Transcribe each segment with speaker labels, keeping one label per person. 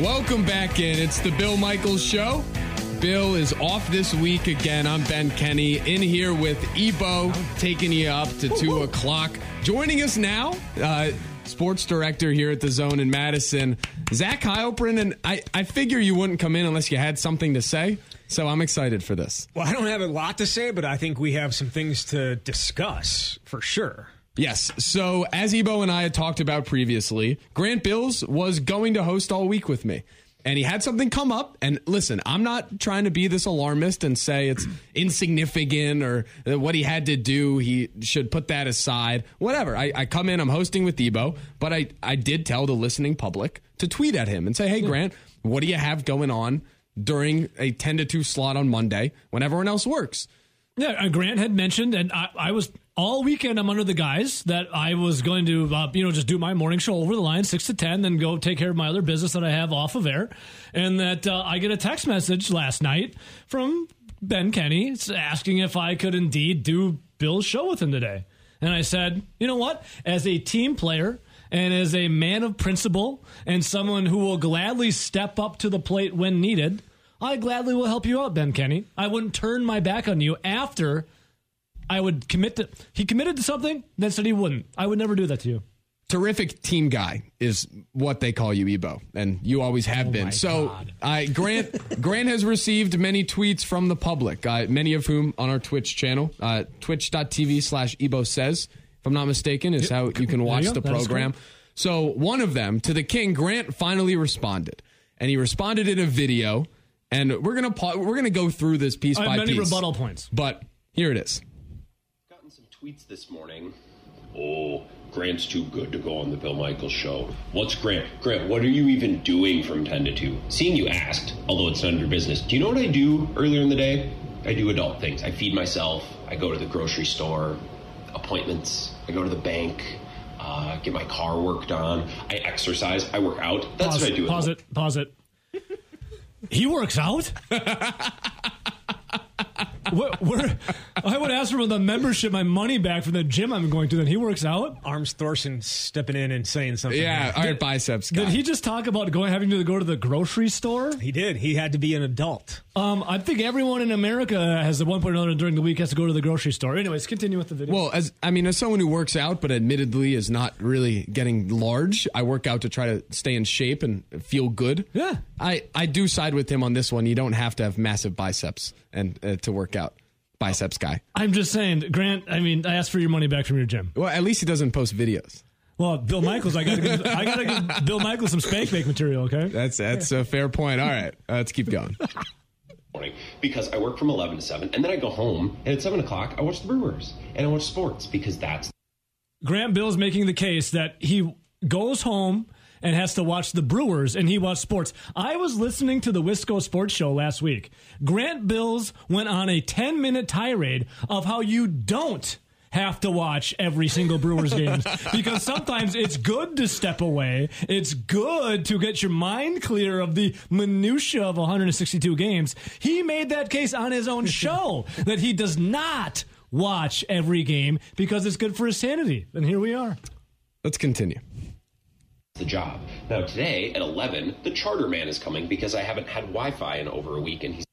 Speaker 1: Welcome back in. It's the Bill Michaels Show. Bill is off this week again. I'm Ben Kenny in here with Ebo, taking you up to two o'clock. Joining us now, uh, sports director here at the Zone in Madison, Zach Heilprin. And I, I figure you wouldn't come in unless you had something to say. So I'm excited for this.
Speaker 2: Well, I don't have a lot to say, but I think we have some things to discuss for sure.
Speaker 1: Yes. So, as Ebo and I had talked about previously, Grant Bills was going to host all week with me. And he had something come up. And listen, I'm not trying to be this alarmist and say it's insignificant or that what he had to do. He should put that aside. Whatever. I, I come in, I'm hosting with Ebo, but I, I did tell the listening public to tweet at him and say, hey, Grant, what do you have going on during a 10 to 2 slot on Monday when everyone else works?
Speaker 3: Yeah, uh, Grant had mentioned, and I, I was all weekend. I'm under the guise that I was going to, uh, you know, just do my morning show over the line, six to ten, then go take care of my other business that I have off of air, and that uh, I get a text message last night from Ben Kenny s- asking if I could indeed do Bill's show with him today, and I said, you know what, as a team player. And as a man of principle and someone who will gladly step up to the plate when needed, I gladly will help you out, Ben Kenny. I wouldn't turn my back on you after I would commit to. He committed to something, then said he wouldn't. I would never do that to you.
Speaker 1: terrific team guy is what they call you ebo and you always have
Speaker 3: Oh my
Speaker 1: been so
Speaker 3: God.
Speaker 1: I grant grant has received many tweets from the public uh, many of whom on our twitch channel uh, twitch.tv slash ebo says if i'm not mistaken is how you can watch
Speaker 3: go.
Speaker 1: the
Speaker 3: That is
Speaker 1: program so one of them to the king grant finally responded and he responded in a video and we're gonna pa- we're gonna go through this piece
Speaker 3: I
Speaker 1: by
Speaker 3: have many
Speaker 1: piece
Speaker 3: rebuttal points.
Speaker 1: but here it is
Speaker 4: gotten some tweets this morning. Oh, Grant's too good to go on the Bill Michaels show. What's Grant? Grant, what are you even doing from 10 to 2? Seeing you asked, although it's none of your business. Do you know what I do earlier in the day? I do adult things. I feed myself, I go to the grocery store, appointments, I go to the bank, uh, get my car worked on, I exercise, I work out. That's
Speaker 3: Pause,
Speaker 4: what I do. in the
Speaker 3: pause it. Pause it. He works out. where, where- I would ask for the membership, my money back from the gym I'm going to. Then he works out.
Speaker 2: Arms Thorson stepping in and saying something.
Speaker 1: yeah all right biceps guy.
Speaker 3: Did he just talk about going having to go to the grocery store?
Speaker 2: He did. He had to be an adult.
Speaker 3: Um, I think everyone in America has at one point or another during the week has to go to the grocery store. Anyways, continue with the video.
Speaker 1: Well, as I mean, as someone who works out but admittedly is not really getting large, I work out to try to stay in shape and feel good.
Speaker 3: Yeah.
Speaker 1: I I do side with him on this one. You don't have to have massive biceps and uh, to work out, biceps guy.
Speaker 3: I'm just saying, Grant. I mean, I asked for your money back from your gym.
Speaker 1: Well, at least he doesn't post videos.
Speaker 3: Well, Bill Michaels, I gotta give, I gotta give Bill Michaels some spank bake material. Okay,
Speaker 1: That's that's a fair point. All right, uh, let's keep going.
Speaker 4: morning because I work from 11 to 7, and then I go home, and at 7 o'clock, I watch the Brewers and I watch sports because that's
Speaker 3: Grant Bill's making the case that he goes home and has to watch the Brewers and he watched sports. I was listening to the Wisco Sports Show last week. Grant Bills went on a 10 minute tirade of how you don't have to watch every single Brewers game because sometimes it's good to step away. It's good to get your mind clear of the minutia of 162 games. He made that case on his own show that he does not watch every game because it's good for his sanity. And here we are.
Speaker 1: Let's continue.
Speaker 4: the job. Now, today at 11, the charter man is coming because I haven't had Wi Fi in over a week, and he's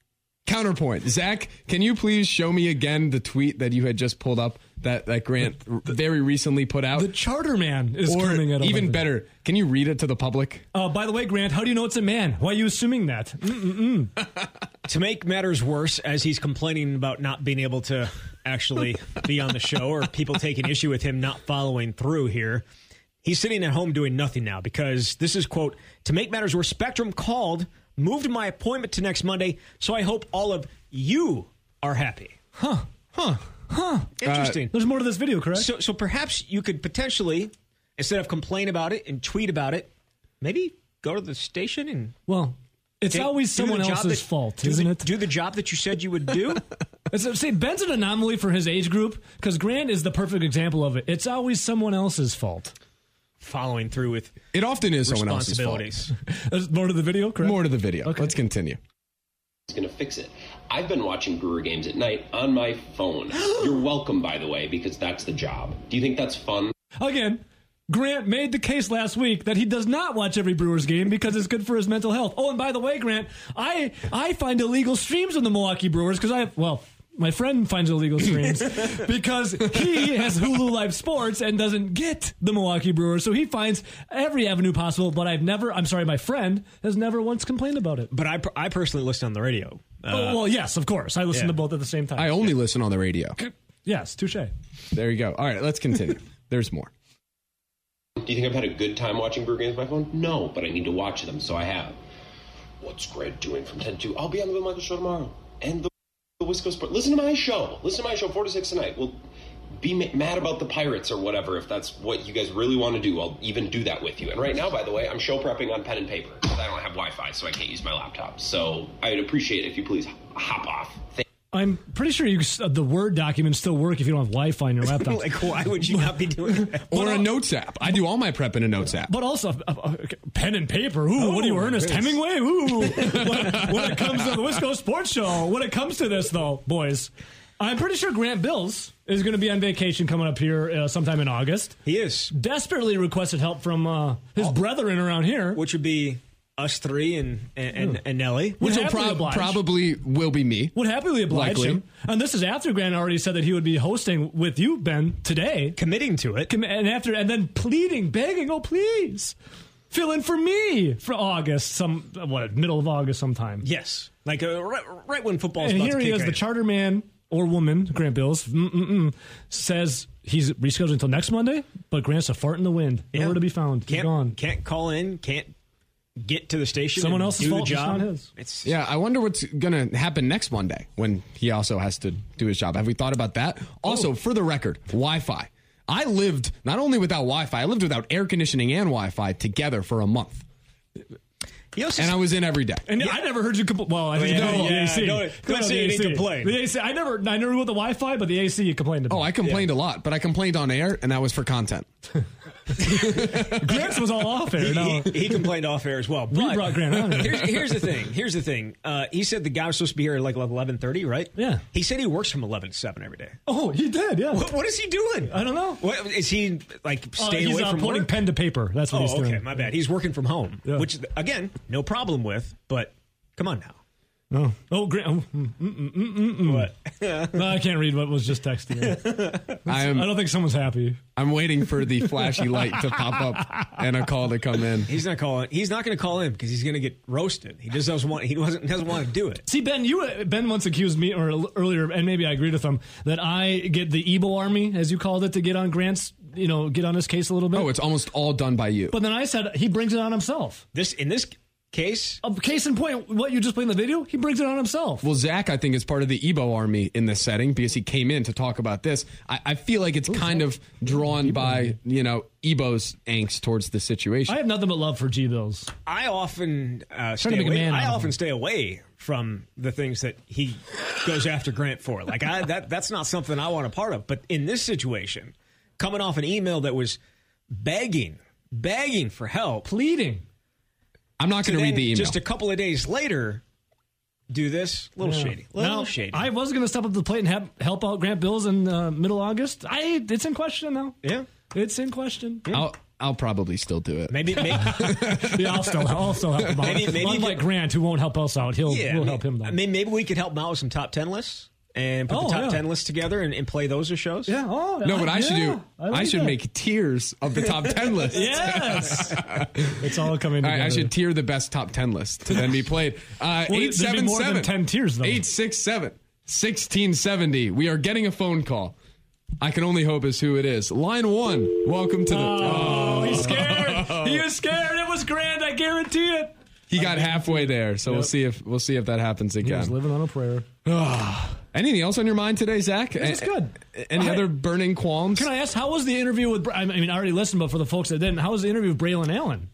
Speaker 1: Counterpoint, Zach, can you please show me again the tweet that you had just pulled up that that Grant r- very recently put out?
Speaker 3: The charter man is
Speaker 1: or
Speaker 3: coming at 11.
Speaker 1: even better, can you read it to the public?
Speaker 3: Uh, by the way, Grant, how do you know it's a man? Why are you assuming that?
Speaker 2: To make matters worse, as he's complaining about not being able to actually be on the show or people taking issue with him not following through here, he's sitting at home doing nothing now because this is, quote, to make matters worse, Spectrum called, moved my appointment to next Monday, so I hope all of you are happy. Huh. Huh. Huh. Interesting.
Speaker 3: There's more to this video, correct?
Speaker 2: So, so perhaps you could potentially, instead of complain about it and tweet about it, maybe go to the station and.
Speaker 3: well, it's
Speaker 2: take-
Speaker 3: always
Speaker 2: do the
Speaker 3: someone
Speaker 2: job
Speaker 3: else's
Speaker 2: that-
Speaker 3: fault,
Speaker 2: do the-
Speaker 3: isn't it?
Speaker 2: Do the job that you said you would do.
Speaker 3: It's, see, Ben's an anomaly for his age group because Grant is the perfect example of it. It's always someone else's fault.
Speaker 2: Following through with
Speaker 1: It often is someone else's fault.
Speaker 2: responsibilities.
Speaker 3: There's more to the video, correct?
Speaker 1: More to the video.
Speaker 3: Okay.
Speaker 1: Let's continue.
Speaker 4: going to fix it. I've been watching Brewer games at night on my phone. You're welcome, by the way, because that's the job. Do you think that's fun?
Speaker 3: Again, Grant made the case last week that he does not watch every Brewers game because it's good for his mental health. Oh, and by the way, Grant, I I find illegal streams on the Milwaukee Brewers because I have well. My friend finds illegal streams because he has Hulu Live Sports and doesn't get the Milwaukee Brewers, so he finds every avenue possible. But I've never—I'm sorry, my friend has never once complained about it.
Speaker 2: But I, per- I personally listen on the radio. Uh,
Speaker 3: oh, well, yes, of course, I listen
Speaker 2: yeah.
Speaker 3: to both at the same time.
Speaker 1: I only listen on the radio.
Speaker 3: yes, touche.
Speaker 1: There you go. All right, let's continue. There's more.
Speaker 4: Do you think I've had a good time watching Brew Games on my phone? No, but I need to watch them, so I have. What's Grant doing from 10 to? I'll be on the Bill Michael show tomorrow. And the, the Wisco Sport. Listen to my show. Listen to my show, 4 to 6 tonight. We'll be ma- mad about the Pirates or whatever if that's what you guys really want to do. I'll even do that with you. And right now, by the way, I'm show prepping on pen and paper. 'cause I don't have Wi Fi, so I can't use my laptop. So I'd appreciate it if you please h- hop off. Thank-
Speaker 3: I'm pretty sure you uh, the Word documents still work if you don't have Wi-Fi on your laptop.
Speaker 2: like, why would you not be doing that?
Speaker 1: Or a notes app. I do all my prep in a notes app.
Speaker 3: But also, uh, uh, pen and paper. Ooh, what are you,
Speaker 2: my
Speaker 3: Ernest
Speaker 2: goodness.
Speaker 3: Hemingway? Ooh. when, when it comes to the Wisco Sports Show, when it comes to this, though, boys, I'm pretty sure Grant Bills is going to be on vacation coming up here uh, sometime in August.
Speaker 2: He is,
Speaker 3: Desperately requested help from uh, his brethren around here.
Speaker 2: which would be us three and and, and, and Nelly.
Speaker 1: Which
Speaker 3: Would
Speaker 1: will
Speaker 3: happily
Speaker 1: prob-
Speaker 3: oblige.
Speaker 1: probably will be me.
Speaker 3: Would happily oblige
Speaker 1: Likely.
Speaker 3: him. And this is after Grant already said that he would be hosting with you, Ben, today.
Speaker 2: Committing to it.
Speaker 3: Com- and after and then pleading, begging, oh please, fill in for me for August, some what middle of August sometime.
Speaker 2: yes. Like uh, right, right when football's
Speaker 3: and
Speaker 2: about
Speaker 3: here
Speaker 2: to
Speaker 3: he
Speaker 2: kick
Speaker 3: is, the
Speaker 2: in.
Speaker 3: charter man or woman, Grant Bills, mm-mm-mm, says he's rescheduled until next Monday, but Grant's a fart in the wind,
Speaker 2: Yeah.
Speaker 3: nowhere to be found. He's
Speaker 2: Can't,
Speaker 3: gone.
Speaker 2: can't call in. Can't get to the station.
Speaker 3: Someone
Speaker 2: and
Speaker 3: else's
Speaker 2: do
Speaker 3: fault,
Speaker 2: The
Speaker 3: it's
Speaker 2: job.
Speaker 3: not his.
Speaker 2: It's
Speaker 1: Yeah, I wonder what's going to happen next Monday when he also has to do his job. Have we thought about that?
Speaker 3: Oh.
Speaker 1: Also, for the record, Wi Fi. I lived not only without Wi Fi, I lived without air conditioning and Wi Fi together for a month.
Speaker 2: He also
Speaker 1: And I was in every day.
Speaker 3: And I never heard you complain. Well, I think
Speaker 2: yeah,
Speaker 3: no, the
Speaker 2: yeah,
Speaker 3: AC.
Speaker 2: don't- don't
Speaker 3: Go on,
Speaker 2: say
Speaker 3: the
Speaker 2: you didn't
Speaker 3: AC.
Speaker 2: complain.
Speaker 3: The AC. I never, I never knew about the Wi-Fi, but the AC you complained
Speaker 1: Oh,
Speaker 3: about.
Speaker 1: I complained a lot, but I complained on air, and that was for content.
Speaker 3: Grant's was all off air. No,
Speaker 2: he, he complained off air as well. But
Speaker 3: brought Grant on here.
Speaker 2: Here's, here's the thing. Here's the thing. Uh, he said the guy was supposed to be here at like eleven thirty, right?
Speaker 3: Yeah.
Speaker 2: He said he works from eleven to seven every day.
Speaker 3: oh, he did. Yeah,
Speaker 2: What, what is he doing?
Speaker 3: I don't know.
Speaker 2: What, is he like
Speaker 3: Uh,
Speaker 2: staying
Speaker 3: he's
Speaker 2: away
Speaker 3: uh,
Speaker 2: from
Speaker 3: putting
Speaker 2: work?
Speaker 3: pen to paper. That's what he's
Speaker 2: oh,
Speaker 3: doing.
Speaker 2: okay. My bad. He's working from home,
Speaker 3: Yeah.
Speaker 2: which again, no problem with. But come on now.
Speaker 3: No. Oh, Grant. oh, mm, mm, mm, mm, mm. No, I can't read what was just texted. me.
Speaker 1: I
Speaker 2: Um,
Speaker 3: I
Speaker 1: am
Speaker 3: don't think someone's happy.
Speaker 1: I'm waiting for the flashy light to pop up and a call to come in.
Speaker 2: He's not calling. He's not going to call in because he's going to get roasted. He just doesn't want. He doesn't doesn't want to do it.
Speaker 3: See, Ben, you uh, Ben once accused me, or l- earlier, and maybe I agreed with him that I get the Ebo army, as you called it, to get on Grant's, you know, get on his case a little bit.
Speaker 1: Oh, it's almost all done by you.
Speaker 3: but then I said he brings it on himself.
Speaker 2: This in this case,
Speaker 3: Uh, Case in point, what you just played in the video, he brings it on himself.
Speaker 1: Well, Zach, I think is part of the Ebo army in this setting because he came in to talk about this. I, I feel like it's kind of drawn by you know Ebo's angst towards the situation.
Speaker 3: I have nothing but love for G Bills.
Speaker 2: I often uh,
Speaker 3: to
Speaker 2: stay
Speaker 3: make a
Speaker 2: away.
Speaker 3: man out
Speaker 2: I
Speaker 3: of
Speaker 2: often
Speaker 3: him.
Speaker 2: stay away from the things that he goes after Grant for. Like I, that that's not something I want a part of. But in this situation, coming off an email that was begging, begging for help,
Speaker 3: Pleading.
Speaker 1: I'm not going to read
Speaker 2: then
Speaker 1: the email.
Speaker 2: just a couple of days later, do this little shady, little
Speaker 3: Now,
Speaker 2: shady.
Speaker 3: I was going to step up to the plate and help, help out Grant Bills in uh, middle August. I it's in question now.
Speaker 2: yeah,
Speaker 3: It's in question.
Speaker 1: I'll I'll probably still do it.
Speaker 2: maybe. maybe
Speaker 3: Yeah, I'll still, I'll still help him out.
Speaker 2: Maybe- maybe
Speaker 3: Unlike Grant, who won't help us out, he'll
Speaker 2: Yeah,
Speaker 3: we'll
Speaker 2: I mean-
Speaker 3: help him though.
Speaker 2: I mean, maybe we could help him out with some top ten lists and put
Speaker 3: Oh,
Speaker 2: the top
Speaker 3: yeah.
Speaker 2: ten lists together and, and play those as shows.
Speaker 3: yeah. Oh,
Speaker 1: No, what I should
Speaker 3: yeah,
Speaker 1: do, I,
Speaker 3: like
Speaker 1: should
Speaker 3: that.
Speaker 1: make tiers of the top ten list.
Speaker 3: Yes, it's all coming
Speaker 1: All
Speaker 3: together.
Speaker 1: right, I should tier the best top ten list to then be played. Uh, eight
Speaker 3: Well, there'd be
Speaker 1: seven
Speaker 3: more than
Speaker 1: seven
Speaker 3: 10 tiers, though.
Speaker 1: Eight six seven sixteen seventy. We are getting a phone call. I can only hope is who it is. Line one. Welcome to the.
Speaker 3: Oh, he's scared. he is scared. It was Grant. I guarantee it.
Speaker 1: He got halfway there, so we'll
Speaker 3: Yep.
Speaker 1: see if we'll see if that happens
Speaker 3: He was
Speaker 1: again. Ah.
Speaker 3: living on a prayer.
Speaker 1: Anything else on your mind today, Zach?
Speaker 3: This is
Speaker 1: A-
Speaker 3: good.
Speaker 1: Any
Speaker 3: I-
Speaker 1: other burning qualms?
Speaker 3: Can I ask how was the interview with? Bra- I mean, I already listened, but for the folks that didn't, how was the interview with Braylon Allen?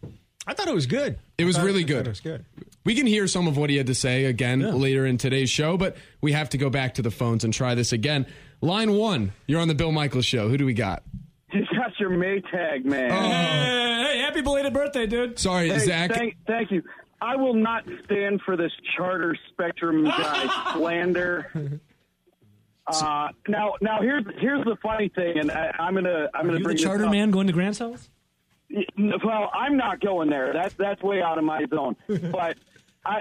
Speaker 2: I thought it was good.
Speaker 1: It was
Speaker 2: I thought-
Speaker 1: really
Speaker 2: I
Speaker 1: good.
Speaker 2: thought It was good.
Speaker 1: we can hear some of what he had to say again later in today's show, but we have to go back to the phones and try this again. Line one, you're on the Bill Michaels show. Who do we got?
Speaker 5: You got your Maytag, man.
Speaker 3: Oh, Uh, Hey, hey, happy belated birthday, dude!
Speaker 1: Sorry,
Speaker 5: Hey,
Speaker 1: Zach.
Speaker 5: Thank, thank you. I will not stand for this charter spectrum guy slander. Uh, now, now here's here's the funny thing, and I, I'm gonna I'm
Speaker 3: Are
Speaker 5: gonna
Speaker 3: you the
Speaker 5: bring this
Speaker 3: charter
Speaker 5: up.
Speaker 3: man going to Grant's house?
Speaker 5: Well, I'm not going there. That's that's way out of my zone. But I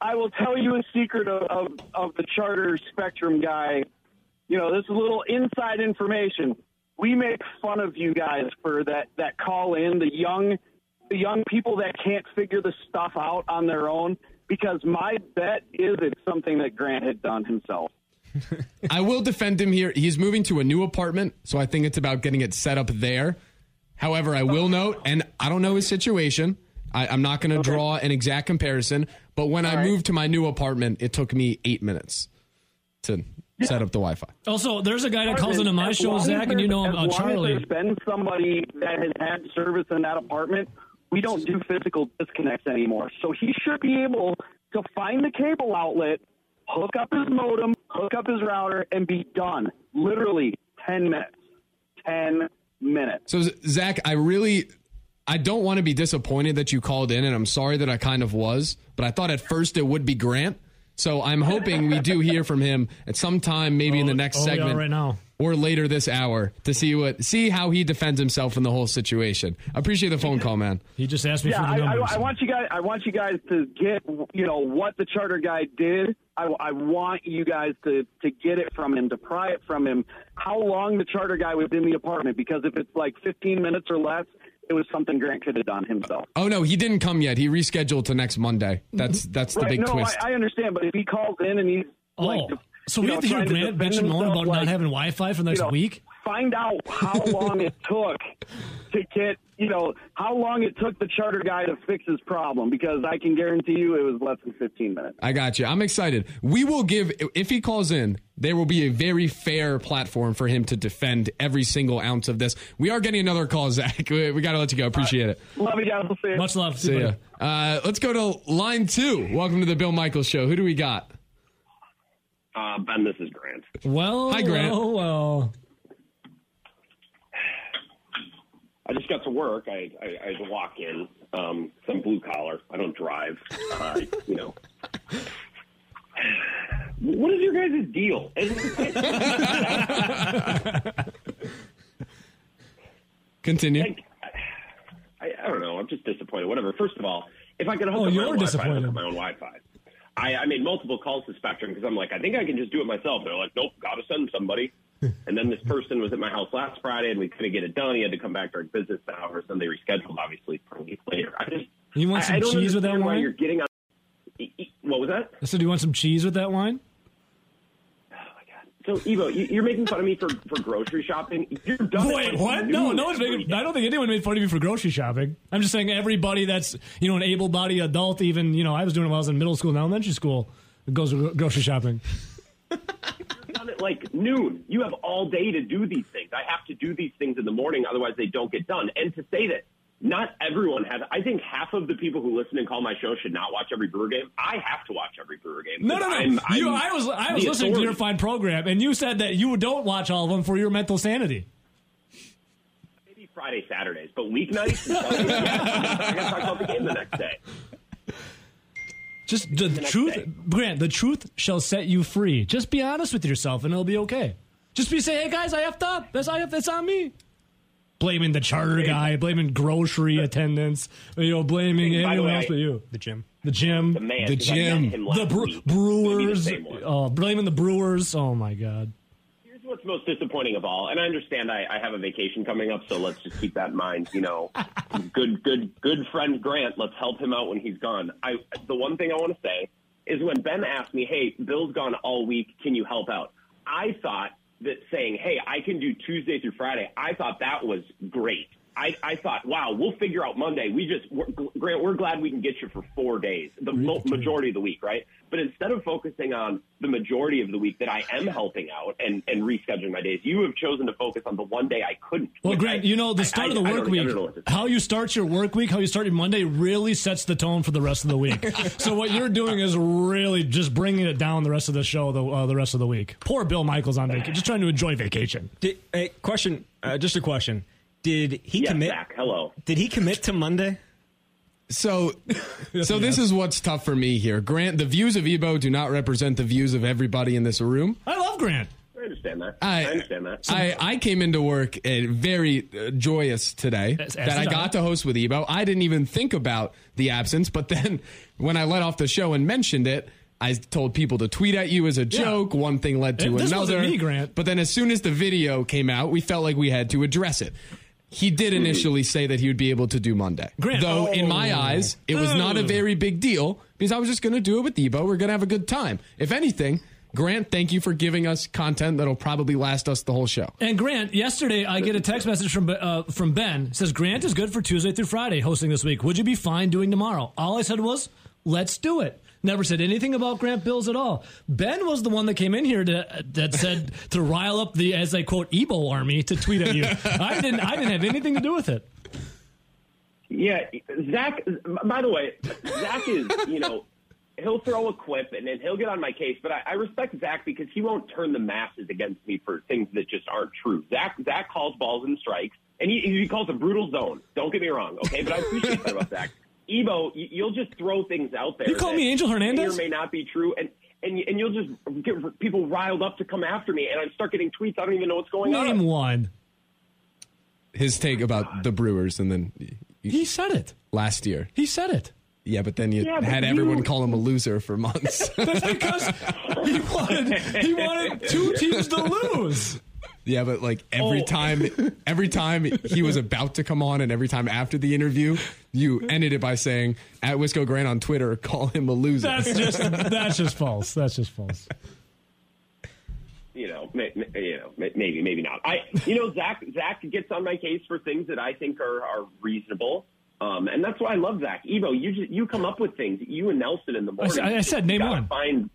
Speaker 5: I will tell you a secret of, of, of the charter spectrum guy. You know, this is a little inside information. We make fun of you guys for that that call in the young the young people that can't figure the stuff out on their own because my bet is it's something that Grant had done himself.
Speaker 1: I will defend him here. He's moving to a new apartment, so I think it's about getting it set up there. However, I will note, and I don't know his situation. I, I'm not going to draw an exact comparison, but when I moved to my new apartment, it took me eight minutes to set up the Wi Fi.
Speaker 3: Also, there's a guy that calls into my
Speaker 5: As
Speaker 3: show,
Speaker 5: long as
Speaker 3: Zach, and you
Speaker 5: there's-
Speaker 3: know him,
Speaker 5: as
Speaker 3: uh,
Speaker 5: long as
Speaker 3: Charlie.
Speaker 5: There's been somebody that has had service in that apartment. We don't do physical disconnects anymore, so he should be able to find the cable outlet, hook up his modem, hook up his router, and be done. Literally ten minutes. Ten minutes.
Speaker 1: So, Z- Zach, I really, I don't want to be disappointed that you called in, and I'm sorry that I kind of was, but I thought at first it would be Grant. So I'm hoping we do hear from him at some time, maybe in the next
Speaker 3: oh, we are
Speaker 1: segment
Speaker 3: right now.
Speaker 1: or later this hour, to see what see how he defends himself in the whole situation. I appreciate the phone call, man.
Speaker 3: He just asked me
Speaker 5: Yeah,
Speaker 3: for
Speaker 5: I,
Speaker 3: the
Speaker 5: I,
Speaker 3: numbers.
Speaker 5: I want you guys. I want you guys to get you know what the charter guy did. I, I want you guys to to get it from him, to pry it from him. How long the charter guy was in the apartment? Because if it's like 15 minutes or less, it was something Grant could have done himself.
Speaker 1: Oh no, he didn't come yet. He rescheduled to next Monday. That's that's the
Speaker 5: Right,
Speaker 1: big
Speaker 5: no,
Speaker 1: twist.
Speaker 5: I, I understand, but if he calls in and he's
Speaker 3: oh,
Speaker 5: like,
Speaker 3: so
Speaker 5: you
Speaker 3: we
Speaker 5: know,
Speaker 3: have to hear
Speaker 5: trying
Speaker 3: Grant
Speaker 5: defend
Speaker 3: bitch and moan
Speaker 5: himself,
Speaker 3: about not
Speaker 5: like,
Speaker 3: having Wi-Fi for the next
Speaker 5: you know,
Speaker 3: week.
Speaker 5: Find out how long it took to get, you know, how long it took the charter guy to fix his problem because I can guarantee you it was less than 15 minutes.
Speaker 1: I got you. I'm excited. We will give if he calls in, there will be a very fair platform for him to defend every single ounce of this. We are getting another call, Zach. We, got to let you go. Appreciate it.
Speaker 5: Love you guys. We'll see you.
Speaker 3: Much love.
Speaker 1: See ya.
Speaker 3: buddy.
Speaker 1: Uh, let's go to line two. Welcome to the Bill Michaels Show. Who do we got?
Speaker 6: Uh, ben, this is Grant.
Speaker 3: Well,
Speaker 1: Hi, Grant.
Speaker 3: well, well.
Speaker 6: I just got to work. I I, I had to walk in. Um, i I'm blue collar. I don't drive. Uh, you know. What is your guys' deal?
Speaker 1: Continue.
Speaker 6: like, I, I don't know. I'm just disappointed. Whatever. First of all, if I could hook
Speaker 3: Oh,
Speaker 6: up
Speaker 3: you're
Speaker 6: my own Wi-Fi, I'd hook
Speaker 3: disappointed.
Speaker 6: up my own Wi-Fi. I, I made multiple calls to Spectrum because I'm like, I think I can just do it myself. They're like, nope, got to send somebody. and then this person was at my house last Friday, and we couldn't get it done. He had to come back during business hours, and they rescheduled, obviously, for a week later. I just,
Speaker 3: You want
Speaker 6: I-
Speaker 3: some
Speaker 6: I don't
Speaker 3: cheese with that
Speaker 6: understand why
Speaker 3: wine?
Speaker 6: You're getting on. E- e- What was that?
Speaker 3: I said, do you want some cheese with that wine?
Speaker 6: So, Evo, you- you're making fun of me for, for grocery shopping. You're done. at,
Speaker 3: Wait,
Speaker 6: like,
Speaker 3: what? No,
Speaker 6: noon
Speaker 3: no one's
Speaker 6: every
Speaker 3: making.
Speaker 6: day.
Speaker 3: I don't think anyone made fun of you for grocery shopping. I'm just saying everybody that's you know an able-bodied adult, even you know I was doing it while I was in middle school and elementary school, goes gro- grocery shopping.
Speaker 6: done at like noon. You have all day to do these things. I have to do these things in the morning, otherwise they don't get done. And to say that not everyone has, I think half of the people who listen and call my show should not watch every Brewer game. I have to watch every Brewer game.
Speaker 3: No, no, no.
Speaker 6: I'm- I'm
Speaker 3: you, I was I was
Speaker 6: the
Speaker 3: listening to your
Speaker 6: authority.
Speaker 3: fine program, and you said that you don't watch all of them for your mental sanity.
Speaker 6: Maybe Friday, Saturdays, but weeknights. and Sundays, yeah, I gotta talk about the game the next day.
Speaker 3: Just the,
Speaker 6: next
Speaker 3: truth,
Speaker 6: day.
Speaker 3: Grant. The truth shall set you free. Just be honest with yourself, and it'll be okay. Just be say, hey guys, I effed up. That's I, that's on me. Blaming the charter guy, blaming grocery attendance, you know, blaming
Speaker 6: By the
Speaker 3: anyone
Speaker 6: way,
Speaker 3: else but you.
Speaker 2: The gym.
Speaker 3: The gym,
Speaker 6: The man,
Speaker 1: The
Speaker 6: 'cause I met
Speaker 1: gym.
Speaker 6: him
Speaker 3: the
Speaker 6: last
Speaker 3: bre-
Speaker 6: week. Maybe the
Speaker 3: Brewers,
Speaker 6: same one.
Speaker 3: oh, blaming the Brewers. Oh my God.
Speaker 6: Here's what's most disappointing of all, and I understand I, I have a vacation coming up, so let's just keep that in mind. You know, good, good, good friend Grant. Let's help him out when he's gone. I the one thing I want to say is when Ben asked me, "Hey, Bill's gone all week. Can you help out?" I thought that saying, "Hey, I can do Tuesday through Friday," I thought that was great. I, I thought, wow, we'll figure out Monday. We just we're, Grant, we're glad we can get you for four days, the mo- majority of the week, right? But instead of focusing on the majority of the week that I am helping out and, and rescheduling my days, you have chosen to focus on the one day I couldn't.
Speaker 3: Well,
Speaker 6: which
Speaker 3: Grant,
Speaker 6: I-
Speaker 3: you know
Speaker 6: I-
Speaker 3: the start of
Speaker 6: I-
Speaker 3: the
Speaker 6: I
Speaker 3: work
Speaker 6: don't- I don't know
Speaker 3: week,
Speaker 6: what to say.
Speaker 3: how you start your work week, how you start your Monday, really sets the tone for the rest of the week. so what you're doing is really just bringing it down the rest of the show, the uh, the rest of the week. Poor Bill Michaels on vacation, just trying to enjoy vacation.
Speaker 2: Did, hey, question. Uh, just a question. Did he
Speaker 6: Yeah,
Speaker 2: commit?
Speaker 6: Zach, hello.
Speaker 2: Did he commit to Monday?
Speaker 1: So, so this is what's tough for me here, Grant. The views of Ebo do not represent the views of everybody in this room.
Speaker 3: I love Grant.
Speaker 6: Wait understand that.
Speaker 1: I,
Speaker 6: I, understand that.
Speaker 1: I, I came into work uh, very uh, joyous today
Speaker 3: As- as
Speaker 1: that I
Speaker 3: did I.
Speaker 1: got to host with Ebo. I didn't even think about the absence, but then when I let off the show and mentioned it, I told people to tweet at you as a joke. One thing led to
Speaker 3: And this
Speaker 1: another.
Speaker 3: wasn't me, Grant.
Speaker 1: But then as soon as the video came out, we felt like we had to address it. He did
Speaker 3: Hmm.
Speaker 1: initially say that he would be able to do Monday.
Speaker 3: Grant,
Speaker 1: Though, in my
Speaker 3: oh.
Speaker 1: eyes, it was not a
Speaker 3: Oh.
Speaker 1: very big deal because I was just going to do it with Ebo. We're going to have a good time. If anything, Grant, thank you for giving us content that'll probably last us the whole show.
Speaker 3: And Grant, yesterday I get a text message from uh, from Ben says Grant is good for Tuesday through Friday hosting this week. Would you be fine doing tomorrow? All I said was, "Let's do it." Never said anything about Grant Bills at all. Ben was the one that came in here to, that said to rile up the as I quote Ebo army to tweet at you. I didn't. I didn't have anything to do with it.
Speaker 6: Yeah, Zach. By the way, Zach is you know he'll throw a quip and then he'll get on my case, but I, I respect Zach because he won't turn the masses against me for things that just aren't true. Zach Zach calls balls and strikes, and he, he calls a brutal zone. Don't get me wrong, okay? But I appreciate that about Zach. Ebo, you- you'll just throw things out there.
Speaker 3: You call
Speaker 6: that
Speaker 3: me Angel
Speaker 6: may or
Speaker 3: Hernandez?
Speaker 6: may not be true, and. And, and you'll just get people riled up to come after me, and I start getting tweets. I don't even know what's going
Speaker 3: Name
Speaker 6: on.
Speaker 3: one.
Speaker 1: His take about the Brewers and then
Speaker 3: He said it.
Speaker 1: last year.
Speaker 3: He said it.
Speaker 1: Yeah, but then you
Speaker 6: Yeah, but
Speaker 1: had everyone
Speaker 6: you-
Speaker 1: call him a loser for months.
Speaker 3: That's because he wanted he wanted two teams to lose.
Speaker 1: yeah, but like every
Speaker 6: Oh.
Speaker 1: time every time he was about to come on and every time after the interview, you ended it by saying at Wisco Grant on Twitter, call him a loser.
Speaker 3: That's just that's just false. That's just false.
Speaker 6: you know, may, may- you know, may- maybe, maybe not. I, you know, Zach, Zach gets on my case for things that I think are are reasonable, um, and that's why I love Zach. Evo, you just, you come up with things. You and Nelson in the morning.
Speaker 3: said- I
Speaker 6: you
Speaker 3: said name
Speaker 6: gotta
Speaker 3: one.
Speaker 6: Find.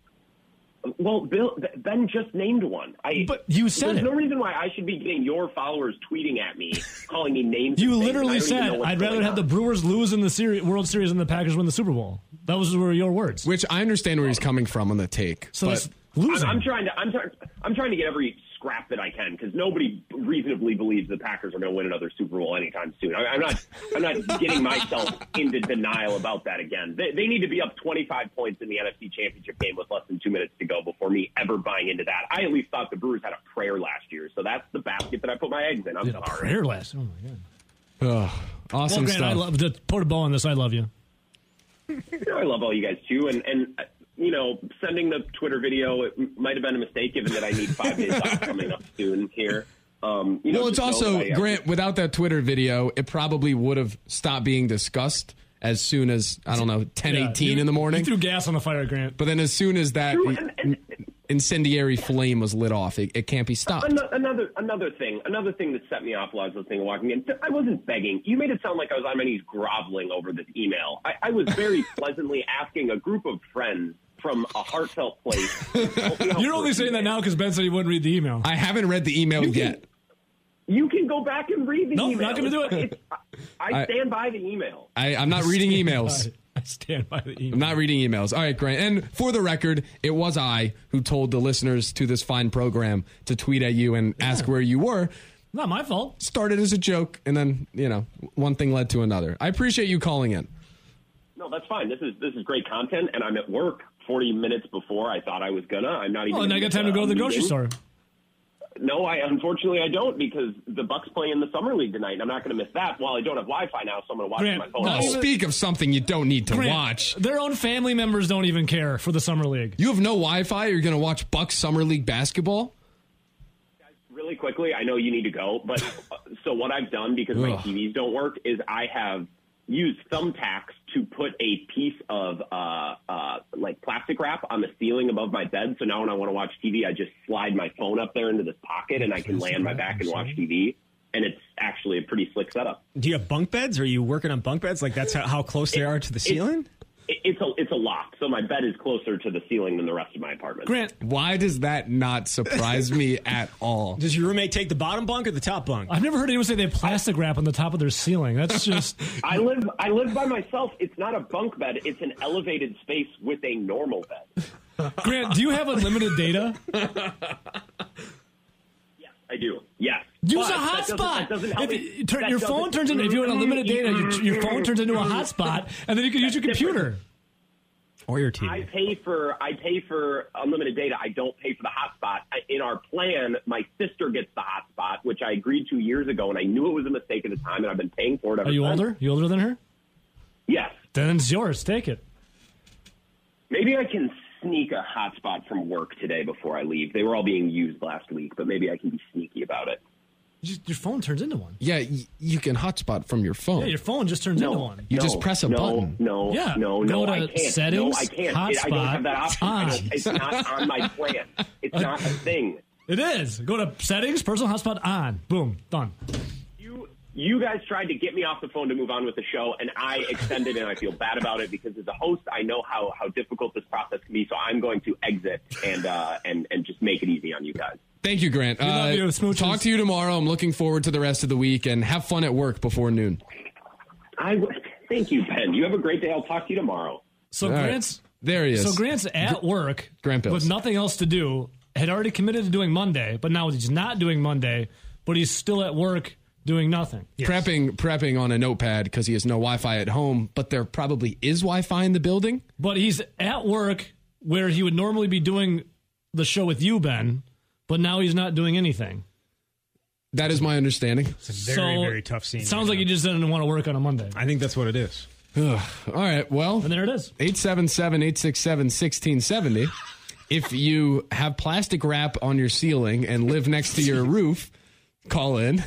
Speaker 6: Well, Bill, Ben just named one. I.
Speaker 3: But you said
Speaker 6: there's
Speaker 3: it.
Speaker 6: no reason why I should be getting your followers tweeting at me, calling me names.
Speaker 3: You
Speaker 6: and things. I
Speaker 3: literally
Speaker 6: don't even know
Speaker 3: said,
Speaker 6: what's
Speaker 3: "I'd rather
Speaker 6: going
Speaker 3: have the
Speaker 6: on."
Speaker 3: Brewers lose in the seri- World Series and the Packers win the Super Bowl." That was were your words.
Speaker 1: Which I understand where he's coming from on the take.
Speaker 3: so
Speaker 1: but
Speaker 3: that's losing.
Speaker 6: I'm, I'm trying to. I'm trying. I'm trying to get every scrap that I can because nobody reasonably believes the Packers are going to win another Super Bowl anytime soon. I, I'm not. I'm not getting myself into denial about that again. They, they need to be up 25 points in the NFC Championship game with less than two minutes to go before me ever buying into that. I at least thought the Brewers had a prayer last year, so that's the basket that I put my eggs in. I'm
Speaker 3: Did a
Speaker 6: sorry.
Speaker 3: prayer last. Oh my god.
Speaker 1: ugh,
Speaker 3: Well,
Speaker 1: awesome
Speaker 3: Grant,
Speaker 1: stuff.
Speaker 3: I love to put a bow on this. I love you.
Speaker 6: You know, I love all you guys too, and and. uh, You know, sending the Twitter video it m- might have been a mistake, given that I need five days off coming up soon here. Um, you know,
Speaker 1: Well, it's
Speaker 6: just know
Speaker 1: also
Speaker 6: that I-
Speaker 1: Grant. Without that Twitter video, it probably would have stopped being discussed as soon as I don't know ten
Speaker 3: Yeah,
Speaker 1: eighteen
Speaker 3: you-
Speaker 1: in the
Speaker 3: You
Speaker 1: morning.
Speaker 3: threw gas on the fire, Grant.
Speaker 1: but then as soon as that
Speaker 6: True, and- and-
Speaker 1: incendiary flame was lit off, it, it can't be stopped.
Speaker 6: Ano- another another thing, another thing that set me off while I was listening and walking in. I wasn't begging. You made it sound like I was on my knees groveling over this email. I, I was very pleasantly asking a group of friends from a heartfelt place. to help me out
Speaker 3: You're
Speaker 6: for
Speaker 3: only
Speaker 6: a
Speaker 3: saying that
Speaker 6: email.
Speaker 3: now because Ben said he wouldn't read the email.
Speaker 1: I haven't read the email yet.
Speaker 6: You can go back and read the
Speaker 3: No,
Speaker 6: email.
Speaker 3: not gonna do it.
Speaker 6: It's- I, I
Speaker 1: I-
Speaker 6: stand by the email.
Speaker 1: I, I'm not reading emails.
Speaker 3: I stand by the email.
Speaker 1: I'm not reading emails. All right, Grant. And for the record, it was I who told the listeners to this fine program to tweet at you and ask where you were.
Speaker 3: Not my fault.
Speaker 1: Started as a joke, and then you know one thing led to another. I appreciate you calling in.
Speaker 6: No, that's fine. This is this is great content, and I'm at work. 40 minutes before I thought I was gonna. I'm not even. uh,
Speaker 3: Oh, and I got time to go to the grocery
Speaker 6: meeting.
Speaker 3: store.
Speaker 6: No, I unfortunately I don't because the Bucks play in the summer league tonight, and I'm not going to miss that. Well, I don't have Wi-Fi now, so I'm going to watch
Speaker 3: Grant,
Speaker 6: my phone.
Speaker 3: no,
Speaker 1: Oh,
Speaker 6: Oh,
Speaker 1: speak of something you don't need to
Speaker 3: Grant,
Speaker 1: watch.
Speaker 3: Their own family members don't even care for the summer league.
Speaker 1: You have no Wi-Fi. You're going to watch Bucks summer league basketball.
Speaker 6: Really quickly, I know you need to go, but uh, so what I've done because my
Speaker 1: Ugh.
Speaker 6: TVs don't work is I have used thumbtacks to put a piece of uh, uh, like plastic wrap on the ceiling above my bed. So now when I want to watch TV, I just slide my phone up there into this pocket, and I can lay on my back and watch TV. And it's actually a pretty slick setup.
Speaker 2: Do you have bunk beds? Are you working on bunk beds? Like that's how, how close they are to the ceiling?
Speaker 6: It, it's a it's a loft, so my bed is closer to the ceiling than the rest of my apartment.
Speaker 3: Grant,
Speaker 1: Why does that not surprise me at all?
Speaker 2: Does your roommate take the bottom bunk or the top bunk?
Speaker 3: I've never heard anyone say they have plastic wrap on the top of their ceiling. That's just
Speaker 6: I live I live by myself. It's not a bunk bed. It's an elevated space with a normal bed.
Speaker 3: Grant. Do you have unlimited data?
Speaker 6: Yes, I do. Yes.
Speaker 3: Use
Speaker 6: But
Speaker 3: a
Speaker 6: that doesn't-
Speaker 3: hotspot.
Speaker 6: that doesn't help
Speaker 3: If
Speaker 6: me.
Speaker 3: you turn-
Speaker 6: That
Speaker 3: your
Speaker 6: doesn't- Mm-hmm.
Speaker 3: phone turns into if you have unlimited data, your, your phone turns into a hotspot, and then you can use your
Speaker 6: That's different.
Speaker 3: computer.
Speaker 2: or your
Speaker 6: I
Speaker 2: TV.
Speaker 6: pay for I pay for unlimited data. I don't pay for the hotspot. I, in our plan, my sister gets the hotspot, which I agreed to years ago, and I knew it was a mistake at the time, and I've been paying for it. Ever
Speaker 3: Are you
Speaker 6: since.
Speaker 3: older? You older than her?
Speaker 6: Yes.
Speaker 3: Then it's yours. Take it.
Speaker 6: Maybe I can sneak a hotspot from work today before I leave. They were all being used last week, but maybe I can be sneaky about it.
Speaker 3: Just, your phone turns into one.
Speaker 1: Yeah, y- you can hotspot from your phone.
Speaker 3: Yeah, your phone just turns into one.
Speaker 1: You just press a
Speaker 6: no,
Speaker 1: button.
Speaker 6: No,
Speaker 3: Yeah,
Speaker 6: no,
Speaker 3: go
Speaker 6: no,
Speaker 3: to
Speaker 6: I can't.
Speaker 3: settings,
Speaker 6: no, I can't. It- I don't have that option. I
Speaker 3: hotspot,
Speaker 6: don't- it's not on my plan. It's not a thing.
Speaker 3: It is. Go to settings, personal hotspot on. Boom, done.
Speaker 6: You you guys tried to get me off the phone to move on with the show, and I extended, and I feel bad about it because as a host, I know how how difficult this process can be. So I'm going to exit and uh, and and just make it easy on you guys.
Speaker 1: Thank you, Grant. Uh,
Speaker 3: love you. Smooches.
Speaker 1: talk to you tomorrow. I'm looking forward to the rest of the week and have fun at work before noon.
Speaker 6: I w- thank you, Ben. You have a great day. I'll talk to you tomorrow.
Speaker 3: So
Speaker 1: All right.
Speaker 3: Grant's
Speaker 1: There he is.
Speaker 3: so Grant's at work
Speaker 1: Grant Bills.
Speaker 3: with nothing else to do. Had already committed to doing Monday, but now he's not doing Monday, but he's still at work doing nothing.
Speaker 1: prepping prepping on a notepad because he has no Wi-Fi at home, but there probably is Wi-Fi in the building.
Speaker 3: But he's at work where he would normally be doing the show with you, Ben, but now he's not doing anything.
Speaker 1: That is my understanding.
Speaker 2: It's a very,
Speaker 3: so
Speaker 2: very tough scene.
Speaker 3: It sounds
Speaker 2: right
Speaker 3: like
Speaker 2: now.
Speaker 3: he just didn't want to work on a Monday.
Speaker 2: I think that's what it is.
Speaker 1: All right. Well,
Speaker 3: And there it is.
Speaker 1: 877-867-1670. if you have plastic wrap on your ceiling and live next to your roof, call in.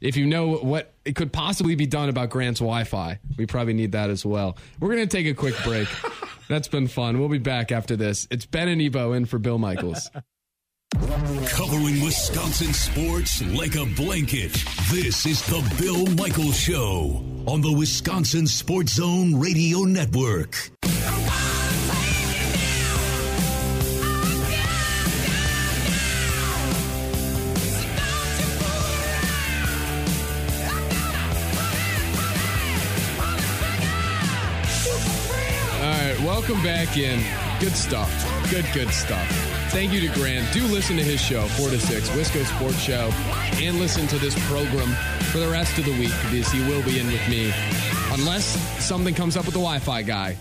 Speaker 1: If you know what it could possibly be done about Grant's Wi-Fi, we probably need that as well. We're going to take a quick break. That's been fun. We'll be back after this. It's Ben and Ebo in for Bill Michaels.
Speaker 7: Covering Wisconsin sports like a blanket. This is the Bill Michael Show on the Wisconsin Sports Zone Radio Network.
Speaker 1: All right, welcome back in. Good stuff. Good, good stuff. Thank you to Grant. Do listen to his show, 4 to 6, Wisco Sports Show, and listen to this program for the rest of the week because he will be in with me unless something comes up with the Wi Fi guy.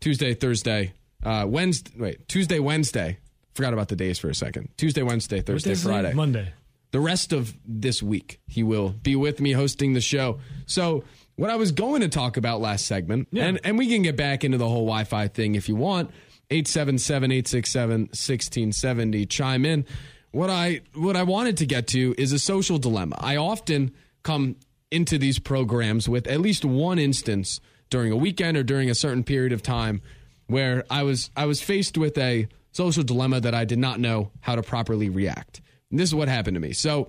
Speaker 1: Tuesday, Thursday, uh, Wednesday, wait, Tuesday, Wednesday. Forgot about the days for a second. Tuesday, Wednesday, Thursday,
Speaker 3: Thursday,
Speaker 1: Friday
Speaker 3: Monday.
Speaker 1: the rest of this week he will be with me hosting the show so what i was going to talk about last segment and, and we can get back into the whole wi-fi thing if you want 877-867-1670 chime in what i what i wanted to get to is a social dilemma i often come into these programs with at least one instance during a weekend or during a certain period of time where i was i was faced with a social dilemma that i did not know how to properly react and this is what happened to me. So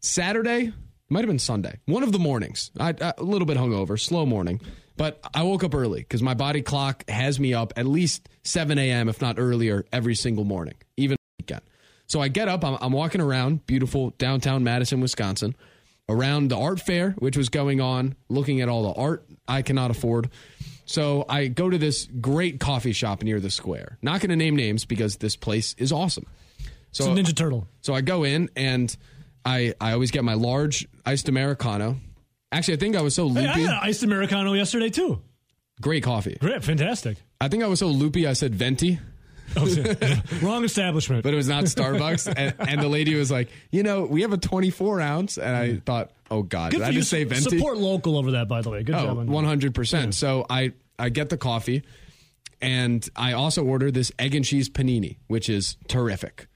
Speaker 1: Saturday might have been Sunday, one of the mornings. I, I a little bit hungover, slow morning, but I woke up early because my body clock has me up at least 7 a.m. if not earlier every single morning, even weekend. So I get up. I'm, I'm walking around beautiful downtown Madison, Wisconsin, around the art fair which was going on, looking at all the art I cannot afford. So I go to this great coffee shop near the square. Not going to name names because this place is awesome. So
Speaker 3: It's a Ninja Turtle.
Speaker 1: so I go in and I I always get my large iced americano. Actually, I think I was so
Speaker 3: Hey, I
Speaker 1: loopy.
Speaker 3: had an iced Americano yesterday, too.
Speaker 1: Great coffee.
Speaker 3: Great, fantastic.
Speaker 1: I think I was so loopy I said venti,
Speaker 3: Wrong establishment.
Speaker 1: but it was not Starbucks. and, and the lady was like, "You know, we have a 24 ounce." And I thought, "Oh God, did I just say venti?"
Speaker 3: Support local over that, by the way. Good
Speaker 1: Oh,
Speaker 3: job. on that.
Speaker 1: 100%. So I, I get the coffee and I also order this egg and cheese panini, which is terrific.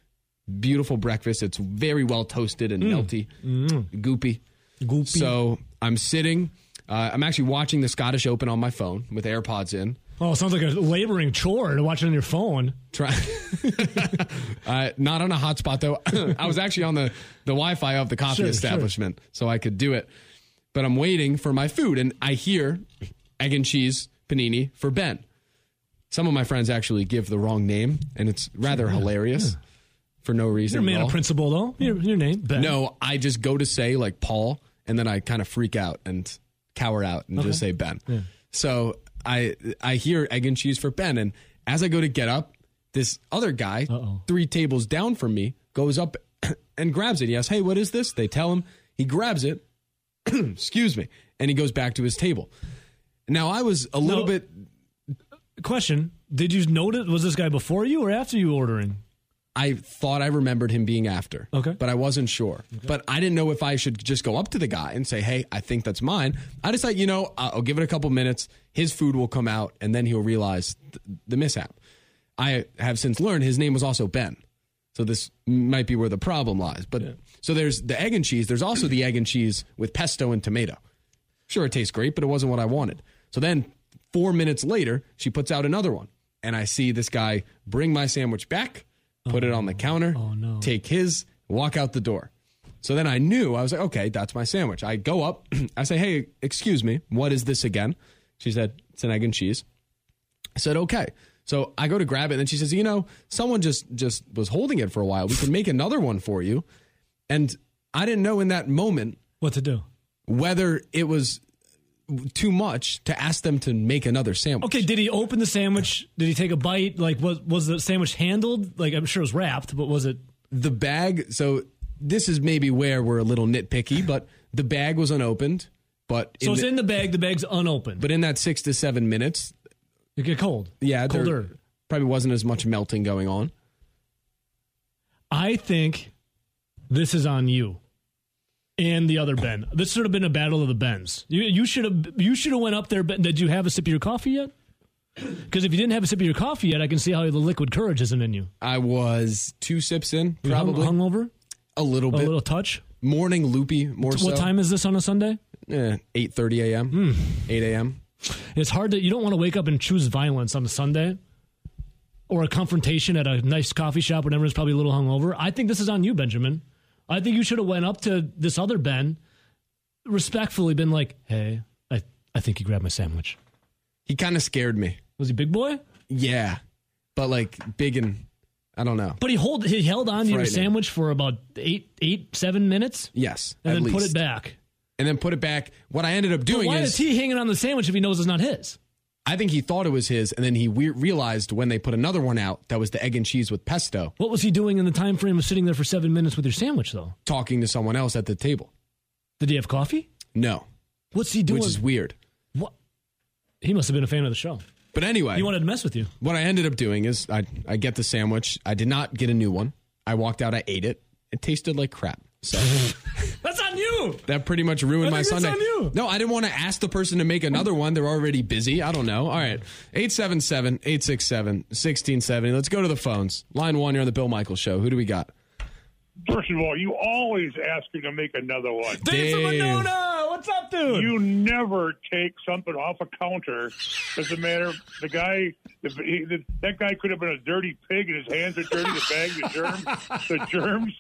Speaker 1: Beautiful breakfast. It's very well toasted and melty, goopy.
Speaker 3: Mm. Goopy.
Speaker 1: So I'm sitting. Uh, I'm actually watching the Scottish Open on my phone with AirPods in.
Speaker 3: Oh, sounds like a laboring chore to watch it on your phone.
Speaker 1: Try, uh, not on a hotspot though. I was actually on the, the Wi-Fi of the coffee
Speaker 3: Sure, sure.
Speaker 1: establishment, so I could do it. But I'm waiting for my food, and I hear egg and cheese panini for Ben. Some of my friends actually give the wrong name, and it's rather hilarious for no reason.
Speaker 3: You're a man
Speaker 1: at all.
Speaker 3: of principle, though. Your, your name, Ben.
Speaker 1: Mm-hmm. No, I just go to say like Paul, and then I kind of freak out and cower out and just say Ben. So I I hear egg and cheese for Ben, and as I go to get up, this other guy, three tables down from me, goes up and grabs it. He asks, "Hey, what is this?" They tell him. He grabs it. excuse me, and he goes back to his table. Now I was a little bit
Speaker 3: Question: Did you notice? Was this guy before you or after you ordering?
Speaker 1: I thought I remembered him being after.
Speaker 3: Okay.
Speaker 1: But I wasn't sure. But I didn't know if I should just go up to the guy and say, hey, I think that's mine. I just thought, you know, I- I'll give it a couple minutes. His food will come out and then he'll realize th- the mishap. I have since learned his name was also Ben. So this might be where the problem lies. But so there's the egg and cheese. There's also the egg and cheese with pesto and tomato. Sure, it tastes great, but it wasn't what I wanted. So then four minutes later, she puts out another one. And I see this guy bring my sandwich back, put it on the counter,
Speaker 3: no.
Speaker 1: take his, walk out the door. So then I knew, I was like, okay, that's my sandwich. I go up, I say, hey, excuse me, what is this again? She said, it's an egg and cheese. I said, okay. So I go to grab it, and then she says, you know, someone just just was holding it for a while. We can make another one for you. And I didn't know in that moment
Speaker 3: What to do?
Speaker 1: whether it was too much to ask them to make another sandwich.
Speaker 3: Okay, did he open the sandwich? Did he take a bite? Like, was was the sandwich handled? Like, I'm sure it was wrapped, but was it?
Speaker 1: The bag, so this is maybe where we're a little nitpicky, but the bag was unopened, but
Speaker 3: So it's
Speaker 1: the-
Speaker 3: in the bag. The bag's unopened.
Speaker 1: but in that 6 to 7 minutes,
Speaker 3: it get cold.
Speaker 1: yeah, there
Speaker 3: colder.
Speaker 1: probably wasn't as much melting going on.
Speaker 3: I think this is on you and the other Ben. This should have been a battle of the Bens. You you should have you should have went up there. Ben, did you have a sip of your coffee yet? Because if you didn't have a sip of your coffee yet, I can see how the liquid courage isn't in you.
Speaker 1: I was two sips in,
Speaker 3: You hung-
Speaker 1: probably
Speaker 3: hungover,
Speaker 1: a little
Speaker 3: a
Speaker 1: bit.
Speaker 3: little touch.
Speaker 1: Morning loopy, more so.
Speaker 3: What time Hmm. is this on a Sunday?
Speaker 1: Eh, 8:30 a.m. 8 a.m.
Speaker 3: It's hard to you don't want to wake up and choose violence on a Sunday or a confrontation at a nice coffee shop when everyone's probably a little hungover. I think this is on you, Benjamin. I think you should have went up to this other Ben, respectfully been like, "Hey, I I think you grabbed my sandwich."
Speaker 1: He kind of scared me.
Speaker 3: Was he big boy?
Speaker 1: Yeah. But like big and I don't know.
Speaker 3: But he hold he held on to your
Speaker 1: Frightening.
Speaker 3: sandwich for about eight eight seven minutes
Speaker 1: Yes.
Speaker 3: and
Speaker 1: at
Speaker 3: then
Speaker 1: least.
Speaker 3: put it back.
Speaker 1: and then put it back. What I ended up doing
Speaker 3: Why
Speaker 1: is
Speaker 3: is he hanging on the sandwich if he knows it's not his?
Speaker 1: I think he thought it was his, and then he we- realized when they put another one out that was the egg and cheese with pesto,
Speaker 3: What was he doing in the time frame of sitting there for seven minutes with your sandwich though?
Speaker 1: talking to someone else at the table.
Speaker 3: Did he have coffee?
Speaker 1: No,
Speaker 3: What's he doing?
Speaker 1: which is weird.
Speaker 3: What? He must have been a fan of the show.
Speaker 1: But anyway,
Speaker 3: He wanted to mess with you.
Speaker 1: what I ended up doing is I I get the sandwich. I did not get a new one. I walked out. I ate it. It tasted like crap. So
Speaker 3: That's on you.
Speaker 1: that pretty much ruined
Speaker 3: I
Speaker 1: my
Speaker 3: think that's
Speaker 1: Sunday.
Speaker 3: on you.
Speaker 1: No, I didn't want to ask the person to make another one. They're already busy. I don't know. All right. 877 867 1670. Let's go to the phones. Line one, you're on the Bill Michaels show. Who do we got?
Speaker 8: First of all, you always ask her to make another one.
Speaker 3: Dave, from
Speaker 1: Dave.
Speaker 3: Winona. What's up, dude?
Speaker 8: You never take something off a counter. Doesn't matter. The guy, if he, that guy could have been a dirty pig, and his hands are dirty. The bag, the germs, the germs.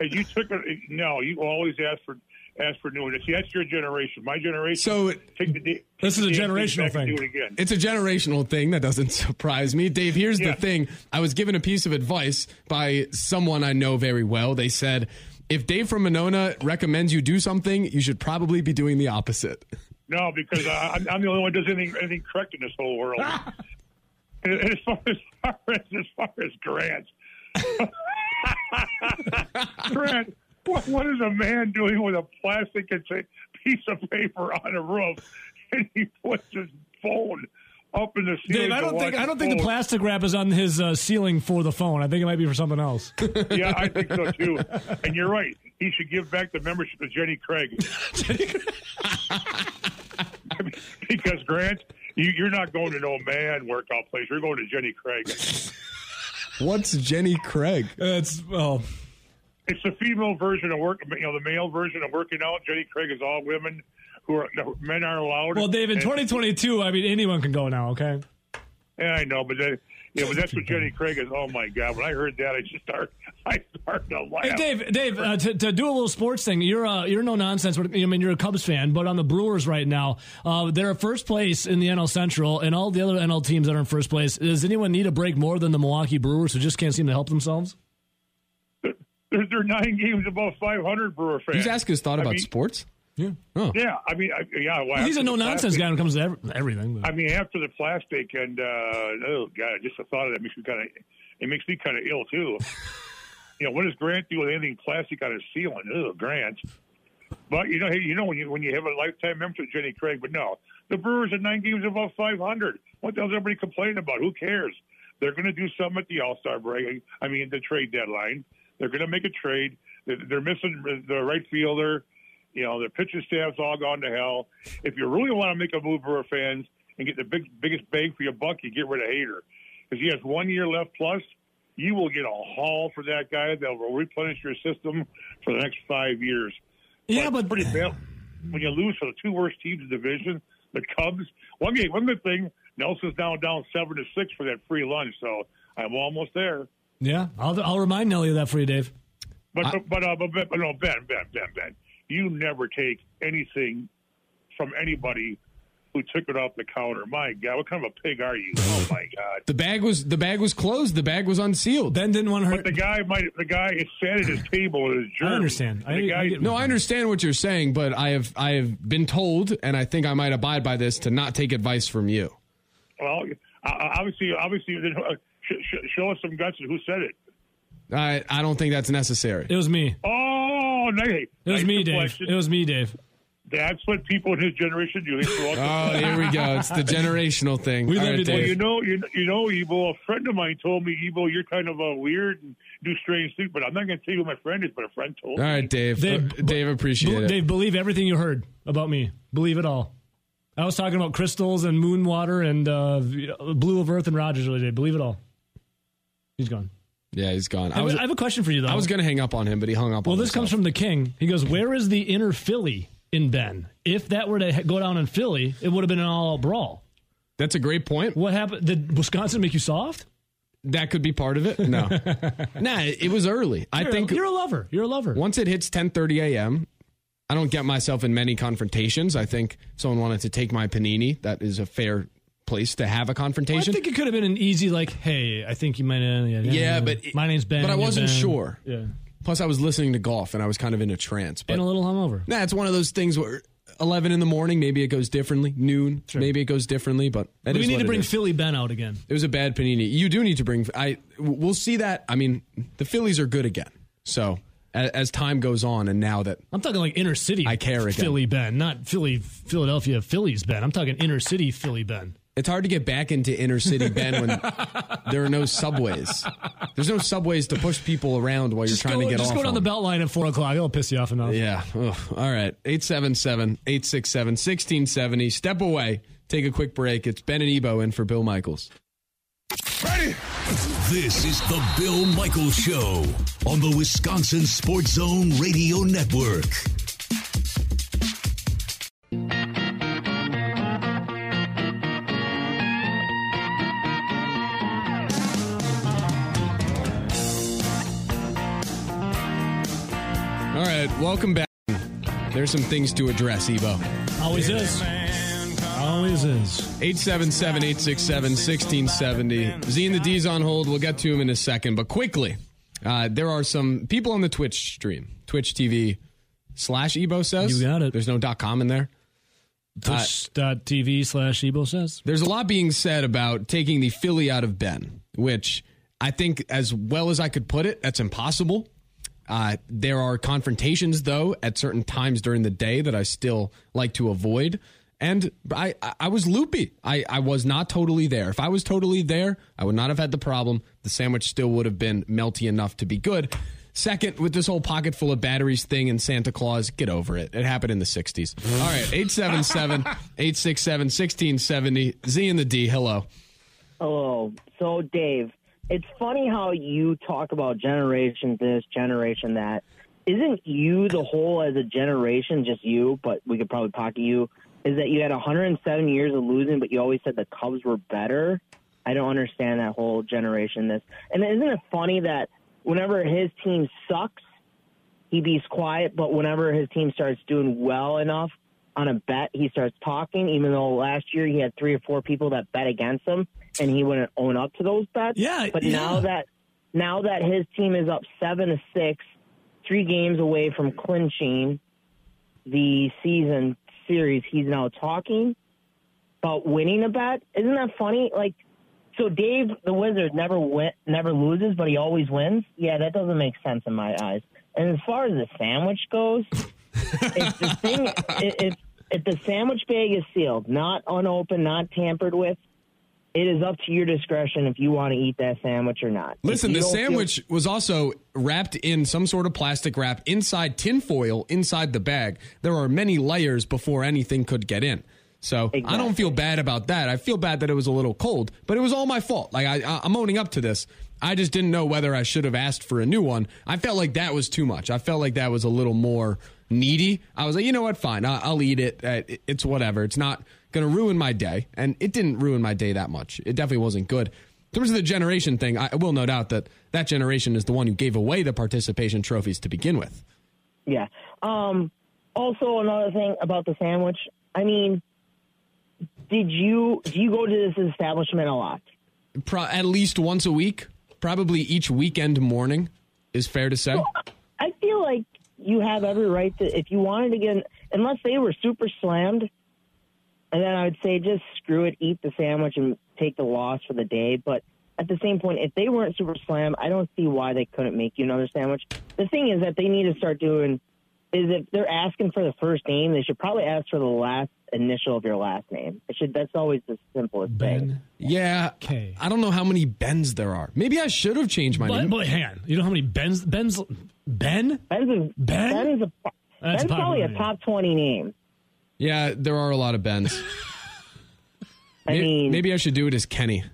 Speaker 8: And you took it. No, you always ask for ask for newness. See, that's your generation. My generation.
Speaker 1: So
Speaker 8: take the, take
Speaker 3: This is
Speaker 8: the
Speaker 3: a
Speaker 8: damn thing
Speaker 3: generational
Speaker 8: back and
Speaker 3: thing.
Speaker 8: Do it again.
Speaker 1: It's a generational thing. That doesn't surprise me. Dave, here's
Speaker 8: Yeah.
Speaker 1: the thing. I was given a piece of advice by someone I know very well. They said, if Dave from Monona recommends you do something, you should probably be doing the opposite.
Speaker 8: No, because I, I'm, I'm the only one who does anything, anything correct in this whole world. and, and as far as far as, as far as grants, Grant, what, what is a man doing with a plastic and say, piece of paper on a roof, and he puts his phone up in the ceiling?
Speaker 3: Dave, I
Speaker 8: to
Speaker 3: don't
Speaker 8: watch
Speaker 3: think I
Speaker 8: his
Speaker 3: don't think the
Speaker 8: phone?
Speaker 3: plastic wrap is on his uh, ceiling for the phone. I think it might be for something else.
Speaker 8: Yeah, I think so too. And you're right. He should give back the membership to Jenny Craig. because Grant, you, you're not going to no man workout place. You're going to Jenny Craig.
Speaker 1: What's Jenny Craig?
Speaker 3: That's well,
Speaker 8: It's the female version of work. You know, the male version of working out. Jenny Craig is all women who are no, men aren't allowed.
Speaker 3: well, Dave. In
Speaker 8: And-
Speaker 3: 2022, I mean, anyone can go now. Okay,
Speaker 8: Yeah, I know, but that, yeah, but that's what Jenny Craig is. Oh my God! When I heard that, I just start, I started to laugh.
Speaker 3: hey, Dave. Dave, uh, to, to do a little sports thing, you're uh, you're no nonsense. I mean, you're a Cubs fan, but on the Brewers right now, uh, they're first place in the NL Central, and all the other NL teams that are in first place. Does anyone need a break more than the Milwaukee Brewers, who just can't seem to help themselves?
Speaker 8: They're, they're nine games above 500 Brewer fans.
Speaker 1: He's asking his thought
Speaker 8: I
Speaker 1: about
Speaker 8: mean,
Speaker 1: sports.
Speaker 8: Yeah, I mean, I, yeah. Well,
Speaker 3: He's
Speaker 8: after
Speaker 3: a
Speaker 8: the
Speaker 3: no nonsense
Speaker 8: plastic-
Speaker 3: guy when it comes to every, everything.
Speaker 8: I
Speaker 3: But.
Speaker 8: mean, after the plastic and uh, oh god, just the thought of that makes me kind of it makes me kind of ill too. you know, what does Grant do with anything plastic on his ceiling? Oh, Grant. But you know, hey, you know when you when you have a lifetime membership, with Jenny Craig. But no, the Brewers are nine games above 500. What the hell's everybody complaining about? Who cares? They're going to do something at the All Star break. I mean, the trade deadline. They're going to make a trade. They're, they're missing the right fielder. You know, their pitching staff's all gone to hell. If you really want to make a move, Brewer fans, and get the big biggest bang for your buck, you get rid of Hater because he has one year left plus. You will get a haul for that guy that will replenish your system for the next five years.
Speaker 3: Yeah, but
Speaker 8: pretty bad when you lose to the two worst teams in the division, the Cubs. One game, one good thing, Nelson's now down seven to six for that free lunch, so I'm almost there.
Speaker 3: yeah, I'll I'll remind Nelly of that for you, Dave.
Speaker 8: But but uh, but, but, but no, Ben, Ben, Ben, Ben, you never take anything from anybody who took it off the counter. My God, what kind of a pig are you? Oh my God.
Speaker 1: The bag was the bag was closed. The bag was unsealed.
Speaker 3: Ben didn't want to
Speaker 8: But
Speaker 3: hurt.
Speaker 8: the guy might the guy is sat at his table with his germs.
Speaker 3: understand. I-
Speaker 8: the guy,
Speaker 3: I get-
Speaker 1: No, I understand what you're saying, but I have I have been told, and I think I might abide by this to not take advice from you.
Speaker 8: well, uh, obviously, obviously, uh, sh- sh- show us some guts and who said it.
Speaker 1: I I don't think that's necessary.
Speaker 3: It was me.
Speaker 8: Oh, nice.
Speaker 3: It was
Speaker 8: nice
Speaker 3: me, Dave.
Speaker 8: deflection.
Speaker 3: It was me, Dave.
Speaker 8: That's what people in his generation do. They throw out the-
Speaker 1: Oh, here we go. It's the generational thing.
Speaker 3: We
Speaker 1: All
Speaker 3: learned it,
Speaker 1: Dave.
Speaker 8: well, you know, you, you know, Ebo. A friend of mine told me, Ebo, you're kind of a weird and do strange things. But I'm not going to tell you who my friend is. But a friend told
Speaker 1: All
Speaker 8: me.
Speaker 1: right, Dave.
Speaker 3: Dave,
Speaker 1: Uh, Dave, appreciate
Speaker 3: Be-
Speaker 1: it.
Speaker 3: Dave, believe everything you heard about me. Believe it all. I was talking about crystals and moon water and uh, blue of earth and Rogers the other day. Believe it all. He's gone.
Speaker 1: Yeah, he's gone.
Speaker 3: I,
Speaker 1: I was
Speaker 3: have a question for you, though.
Speaker 1: I was gonna hang up on him, but he hung up.
Speaker 3: well,
Speaker 1: on
Speaker 3: this comes
Speaker 1: himself.
Speaker 3: from the king. He goes, Where is the inner Philly in Ben? If that were to ha- go down in Philly, it would have been an all out brawl.
Speaker 1: That's a great point.
Speaker 3: What happened? Did Wisconsin make you soft?
Speaker 1: That could be part of it. No, nah, it, it was early. I
Speaker 3: You're,
Speaker 1: think
Speaker 3: you're a lover. You're a lover.
Speaker 1: once it hits 10:30 a.m. I don't get myself in many confrontations. I think if someone wanted to take my panini. That is a fair place to have a
Speaker 3: I
Speaker 1: confrontation.
Speaker 3: think it could have been an easy, like, hey, I think you might. Uh, yeah,
Speaker 1: Yeah, but it-
Speaker 3: my name's Ben.
Speaker 1: but I
Speaker 3: you're
Speaker 1: wasn't
Speaker 3: Ben.
Speaker 1: sure.
Speaker 3: Yeah,
Speaker 1: Plus, I was listening to golf and I was kind of in a trance. But
Speaker 3: and a little hungover.
Speaker 1: nah, it's one of those things where 11 in the morning, maybe it goes differently. Noon, maybe it goes differently. But that
Speaker 3: We
Speaker 1: is
Speaker 3: need
Speaker 1: what
Speaker 3: to
Speaker 1: it
Speaker 3: bring
Speaker 1: is.
Speaker 3: Philly Ben out again.
Speaker 1: It was a bad panini. You do need to bring. I we'll see that. I mean, the Phillies are good again. So uh, as, as time goes on, and now that
Speaker 3: I'm talking like inner city.
Speaker 1: I care again.
Speaker 3: Philly Ben, not Philly Philadelphia Phillies Ben. I'm talking inner city Philly Ben.
Speaker 1: it's hard to get back into inner city Ben when there are no subways. There's no subways to push people around while you're
Speaker 3: Just
Speaker 1: trying
Speaker 3: go,
Speaker 1: to get
Speaker 3: just
Speaker 1: off.
Speaker 3: go down the
Speaker 1: on.
Speaker 3: belt line at four o'clock. It'll piss you off enough.
Speaker 1: Yeah. Ugh. All right. 877 867 1670. Step away. Take a quick break. It's Ben and Ebo in for Bill Michaels.
Speaker 7: This is the Bill Michaels Show on the Wisconsin Sports Zone Radio Network.
Speaker 1: All right. Welcome back. There's some things to address, Ebo.
Speaker 3: Always is. Always is.
Speaker 1: 877 867 1670. Z and the D's on hold. We'll get to him in a second. But quickly, uh, there are some people on the Twitch stream, Twitch TV slash Ebo says.
Speaker 3: You got it.
Speaker 1: There's no dot com in there.
Speaker 3: Twitch.tv slash Ebo says.
Speaker 1: There's a lot being said about taking the Philly out of Ben, which I think, as well as I could put it, that's impossible. Uh, there are confrontations, though, at certain times during the day that I still like to avoid. And I, I- I was loopy. I, I was not totally there. If I was totally there, I would not have had the problem. The sandwich still would have been melty enough to be good. Second, with this whole pocket full of batteries thing and Santa Claus, get over it. It happened in the 60s. All right, 877 867 1670. Z and the D, hello.
Speaker 9: Hello. So, Dave, it's funny how you talk about generation this, generation that. Isn't you the whole as a generation, just you, but we could probably pocket you, is that you had 107 years of losing, but you always said the Cubs were better? I don't understand that whole generation this. And isn't it funny that whenever his team sucks, he be quiet, but whenever his team starts doing well enough on a bet, he starts talking, even though last year he had three or four people that bet against him and he wouldn't own up to those bets.
Speaker 3: Yeah,
Speaker 9: But
Speaker 3: yeah.
Speaker 9: now that now that his team is up seven to six, three games away from clinching the season series, he's now talking about winning a bet. Isn't that funny? Like so Dave, the Wizard, never win, never loses, but he always wins. Yeah, that doesn't make sense in my eyes. And as far as the sandwich goes, If the thing, if if the sandwich bag is sealed, not unopened, not tampered with, it is up to your discretion if you want to eat that sandwich or not. If
Speaker 1: Listen,
Speaker 9: you
Speaker 1: the
Speaker 9: don't feel-
Speaker 1: sandwich was also wrapped in some sort of plastic wrap inside tinfoil inside the bag. There are many layers before anything could get in. So I don't feel bad about that. I feel bad that it was a little cold, but it was all my fault. Like I, I, I'm owning up to this. I just didn't know whether I should have asked for a new one. I felt like that was too much. I felt like that was a little more needy. I was like, you know what? Fine, I, I'll eat it. Uh, it- It's whatever. It's not going to ruin my day, and it didn't ruin my day that much. It definitely wasn't good. In terms of the generation thing, I I will no doubt that that generation is the one who gave away the participation trophies to begin with.
Speaker 9: Yeah. Um, also, another thing about the sandwich. I mean, did you do you go to this establishment a lot?
Speaker 1: Pro- at least once a week, probably each weekend morning, is fair to say.
Speaker 9: I feel like you have every right to if you wanted to get unless they were super slammed. And then I would say just screw it, eat the sandwich and take the loss for the day. But at the same point, if they weren't super slammed, I don't see why they couldn't make you another sandwich. The thing is that they need to start doing is if they're asking for the first name, they should probably ask for the last initial of your last name. It should that's always the simplest thing.
Speaker 1: Yeah,
Speaker 3: Okay.
Speaker 1: I don't know how many Bens there are. Maybe I should have changed my
Speaker 3: But,
Speaker 1: name.
Speaker 3: but hang on. You know how many Ben's Ben's Ben?
Speaker 9: Ben's a,
Speaker 3: Ben?
Speaker 9: Ben's, a,
Speaker 3: That's
Speaker 9: Ben's probably a
Speaker 3: popular, yeah.
Speaker 9: top twenty name.
Speaker 1: yeah, there are a lot of Bens.
Speaker 9: I
Speaker 1: May-
Speaker 9: mean,
Speaker 1: maybe I should do it as Kenny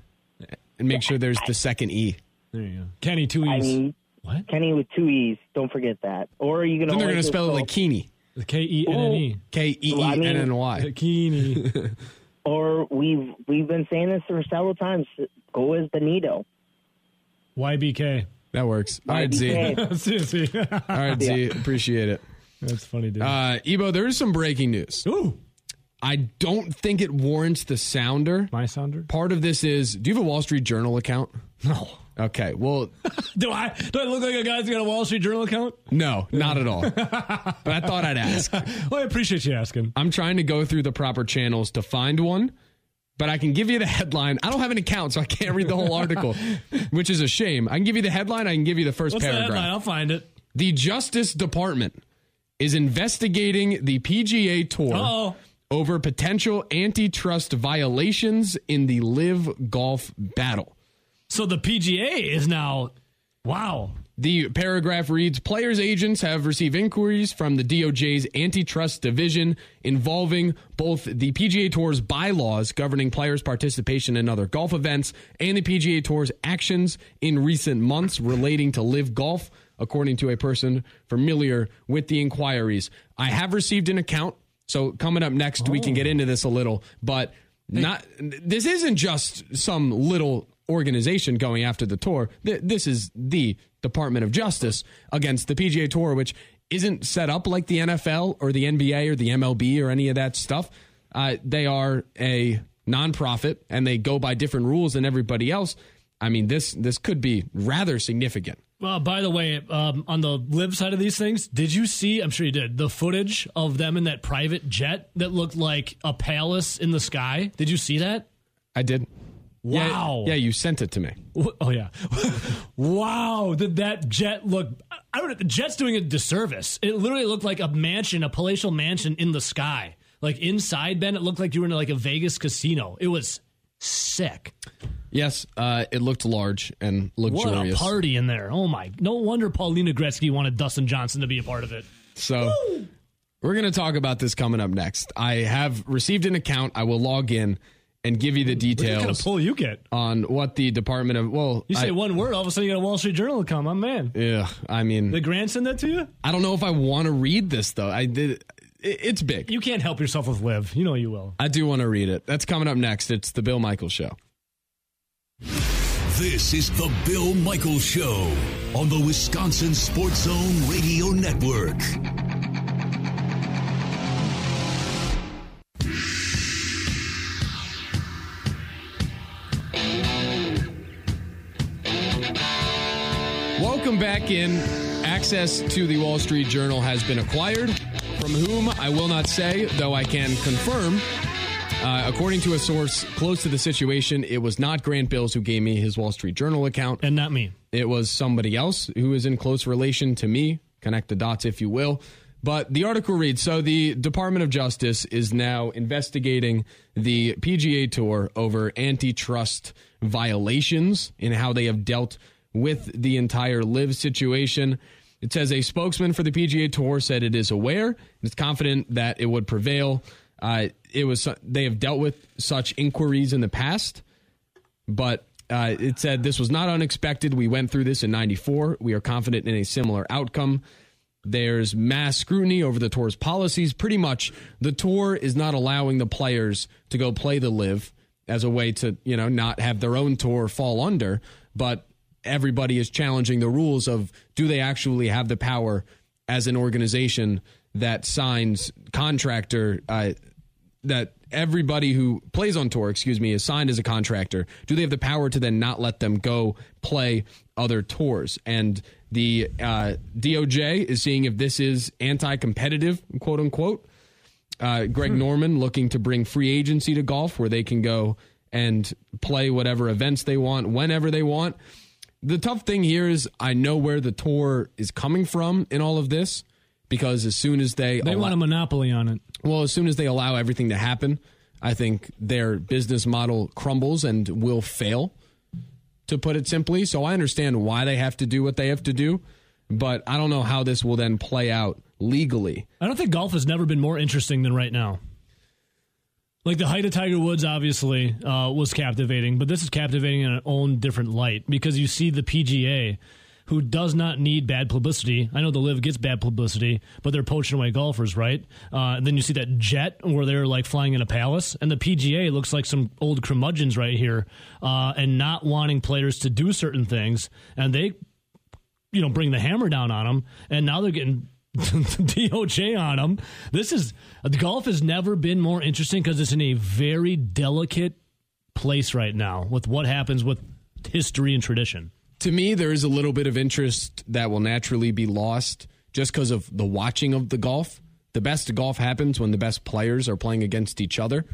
Speaker 1: and make sure there's the second E.
Speaker 3: There you go. Kenny two
Speaker 9: I
Speaker 3: E's.
Speaker 9: mean,
Speaker 3: what?
Speaker 9: Kenny with two E's. Don't forget that. Or are you gonna?
Speaker 1: Then they're
Speaker 9: like
Speaker 1: going to
Speaker 9: this
Speaker 1: spell it
Speaker 9: little-
Speaker 1: like Keeney.
Speaker 3: K E N N E.
Speaker 1: K E E N N
Speaker 9: Oh.
Speaker 1: Y.
Speaker 3: Kenny.
Speaker 9: Or we've we've been saying this for several times. Go as Benito.
Speaker 3: Y B K.
Speaker 1: That works. All right, Z.
Speaker 9: YBK.
Speaker 3: Seriously.
Speaker 1: All right, Z. Appreciate it.
Speaker 3: That's funny, dude.
Speaker 1: Uh, Ebo, there is some breaking news.
Speaker 3: Ooh.
Speaker 1: I don't think it warrants the sounder.
Speaker 3: My sounder?
Speaker 1: Part of this is do you have a Wall Street Journal account?
Speaker 3: No.
Speaker 1: Okay. Well,
Speaker 3: Do I do I look like a guy that's got a Wall Street Journal account?
Speaker 1: no, not at all. But I thought I'd ask.
Speaker 3: Well, I appreciate you asking.
Speaker 1: I'm trying to go through the proper channels to find one, but I can give you the headline. I don't have an account, so I can't read the whole article, which is a shame. I can give you the headline. I can give you the first
Speaker 3: What's the
Speaker 1: paragraph.
Speaker 3: headline? I'll find it.
Speaker 1: The Justice Department is investigating the PGA Tour
Speaker 3: Uh-oh.
Speaker 1: over potential antitrust violations in the live golf battle.
Speaker 3: So the PGA is now. Wow.
Speaker 1: The paragraph reads Players' agents have received inquiries from the DOJ's antitrust division involving both the PGA Tour's bylaws governing players' participation in other golf events and the PGA Tour's actions in recent months relating to live golf, according to a person familiar with the inquiries. I have received an account, so coming up next, we can get into this a little, but not this isn't just some little organization going after the tour. Th- this is the Department of Justice against the PGA Tour, which isn't set up like the NFL or the NBA or the MLB or any of that stuff. Uh, they are a nonprofit and they go by different rules than everybody else. I mean, this this could be rather significant.
Speaker 3: Well, by the way, um, on the live side of these things, did you see? I'm sure you did. The footage of them in that private jet that looked like a palace in the sky. Did you see that?
Speaker 1: I did. Yeah-
Speaker 3: Wow.
Speaker 1: Yeah, you sent it to me.
Speaker 3: Wh- Oh yeah! wow, did that jet look? I don't. The jet's doing a disservice. It literally looked like a mansion, a palatial mansion in the sky. Like inside, Ben, it looked like you were in like a Vegas casino. It was sick.
Speaker 1: Yes, uh, it looked large and
Speaker 3: What
Speaker 1: luxurious.
Speaker 3: a party in there! Oh my! No wonder Paulina Gretzky wanted Dustin Johnson to be a part of it.
Speaker 1: So we're going to talk about this coming up next. I have received an account. I will log in and give you the
Speaker 3: What kind of
Speaker 1: details
Speaker 3: pull you get?
Speaker 1: on what the Department of well,
Speaker 3: You say
Speaker 1: I,
Speaker 3: one word, all of a sudden you got a Wall Street Journal account. My man,
Speaker 1: yeah, I mean,
Speaker 3: did Grant send that to you?
Speaker 1: I don't know if I want to read this though. I did. It, it's big.
Speaker 3: You can't help yourself with live. You know you will.
Speaker 1: I do want to read it. That's coming up next. It's the Bill Michaels Show.
Speaker 7: This is the Bill Michaels Show on the Wisconsin Sports Zone Radio Network.
Speaker 1: Welcome back in. Access to the Wall Street Journal has been acquired, from whom I will not say, though I can confirm. Uh, according to a source close to the situation, it was not Grant Bills who gave me his Wall Street Journal account.
Speaker 3: And not me.
Speaker 1: It was somebody else who is in close relation to me. Connect the dots, if you will. But the article reads So the Department of Justice is now investigating the PGA Tour over antitrust violations and how they have dealt with the entire live situation. It says a spokesman for the PGA Tour said it is aware and is confident that it would prevail. Uh, it was they have dealt with such inquiries in the past but uh, it said this was not unexpected. We went through this in '94. We are confident in a similar outcome. There's mass scrutiny over the tour's policies. Pretty much, the tour is not allowing the players to go play the live as a way to, you know, not have their own tour fall under. But everybody is challenging the rules of do they actually have the power as an organization that signs contractor uh, that everybody who plays on tour, excuse me, is signed as a contractor, do they have the power to then not let them go play other tours? And the uh, DOJ is seeing if this is anti competitive, quote unquote. Uh, Greg Norman looking to bring free agency to golf where they can go and play whatever events they want, whenever they want. The tough thing here is I know where the tour is coming from in all of this because as soon as they
Speaker 3: They
Speaker 1: allow-
Speaker 3: want a monopoly on it.
Speaker 1: well, as soon as they allow everything to happen, I think their business model crumbles and will fail, to put it simply. So I understand why they have to do what they have to do, but I don't know how this will then play out legally.
Speaker 3: I don't think golf has never been more interesting than right now. Like the height of Tiger Woods, obviously, uh, was captivating, but this is captivating in an own different light because you see the PGA, who does not need bad publicity. I know the Live gets bad publicity, but they're poaching away golfers, right? Uh, and then you see that jet where they're like flying in a palace, and the PGA looks like some old curmudgeons right here, uh, and not wanting players to do certain things, and they you know bring the hammer down on them, and now they're getting DOJ on them. This is golf has never been more interesting because it's in a very delicate place right now with what happens with history and tradition.
Speaker 1: To me, there is a little bit of interest that will naturally be lost just because of the watching of the golf. The best golf happens when the best players are playing against each other.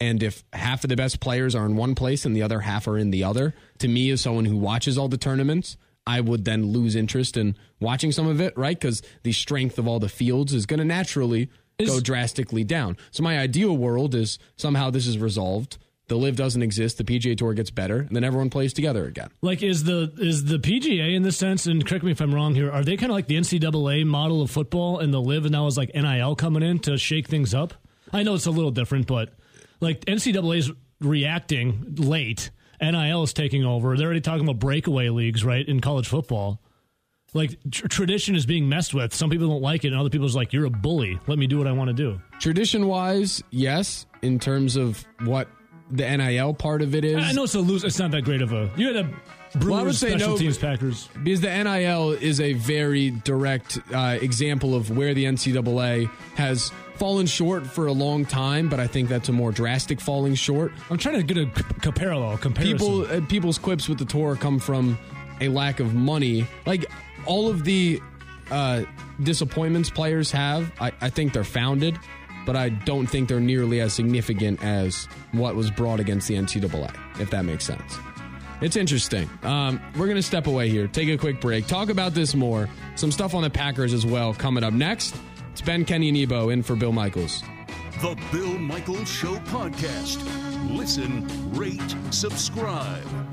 Speaker 1: And if half of the best players are in one place and the other half are in the other, to me, as someone who watches all the tournaments, I would then lose interest in watching some of it, right? Because the strength of all the fields is going to naturally go drastically down. So my ideal world is somehow this is resolved. The live doesn't exist. The PGA Tour gets better, and then everyone plays together again.
Speaker 3: Like is the is the PGA in this sense, and correct me if I'm wrong here, are they kind of like the NCAA model of football and the live now is like NIL coming in to shake things up? I know it's a little different, but like NCAA's reacting late. NIL is taking over. They're already talking about breakaway leagues, right, in college football. Like tr- tradition is being messed with. Some people don't like it, and other people's like, "You're a bully. Let me do what I want to do."
Speaker 1: Tradition wise, yes, in terms of what the NIL part of it is.
Speaker 3: I I know it's a lose. It's not that great of a. You had a Brewers
Speaker 1: Well, I would say
Speaker 3: special
Speaker 1: no,
Speaker 3: teams
Speaker 1: but-
Speaker 3: Packers.
Speaker 1: Because the NIL is a very direct uh, example of where the NCAA has fallen short for a long time, but I think that's a more drastic falling short.
Speaker 3: I'm trying to get a c- c- parallel comparison.
Speaker 1: People, uh, people's quips with the tour come from a lack of money. Like all of the uh, disappointments players have, I, I think they're founded, but I don't think they're nearly as significant as what was brought against the NCAA. If that makes sense. It's interesting. Um, we're going to step away here, take a quick break, talk about this more. Some stuff on the Packers as well coming up next. It's Ben Kenny and Ebo in for Bill Michaels.
Speaker 7: The Bill Michaels Show Podcast. Listen, rate, subscribe.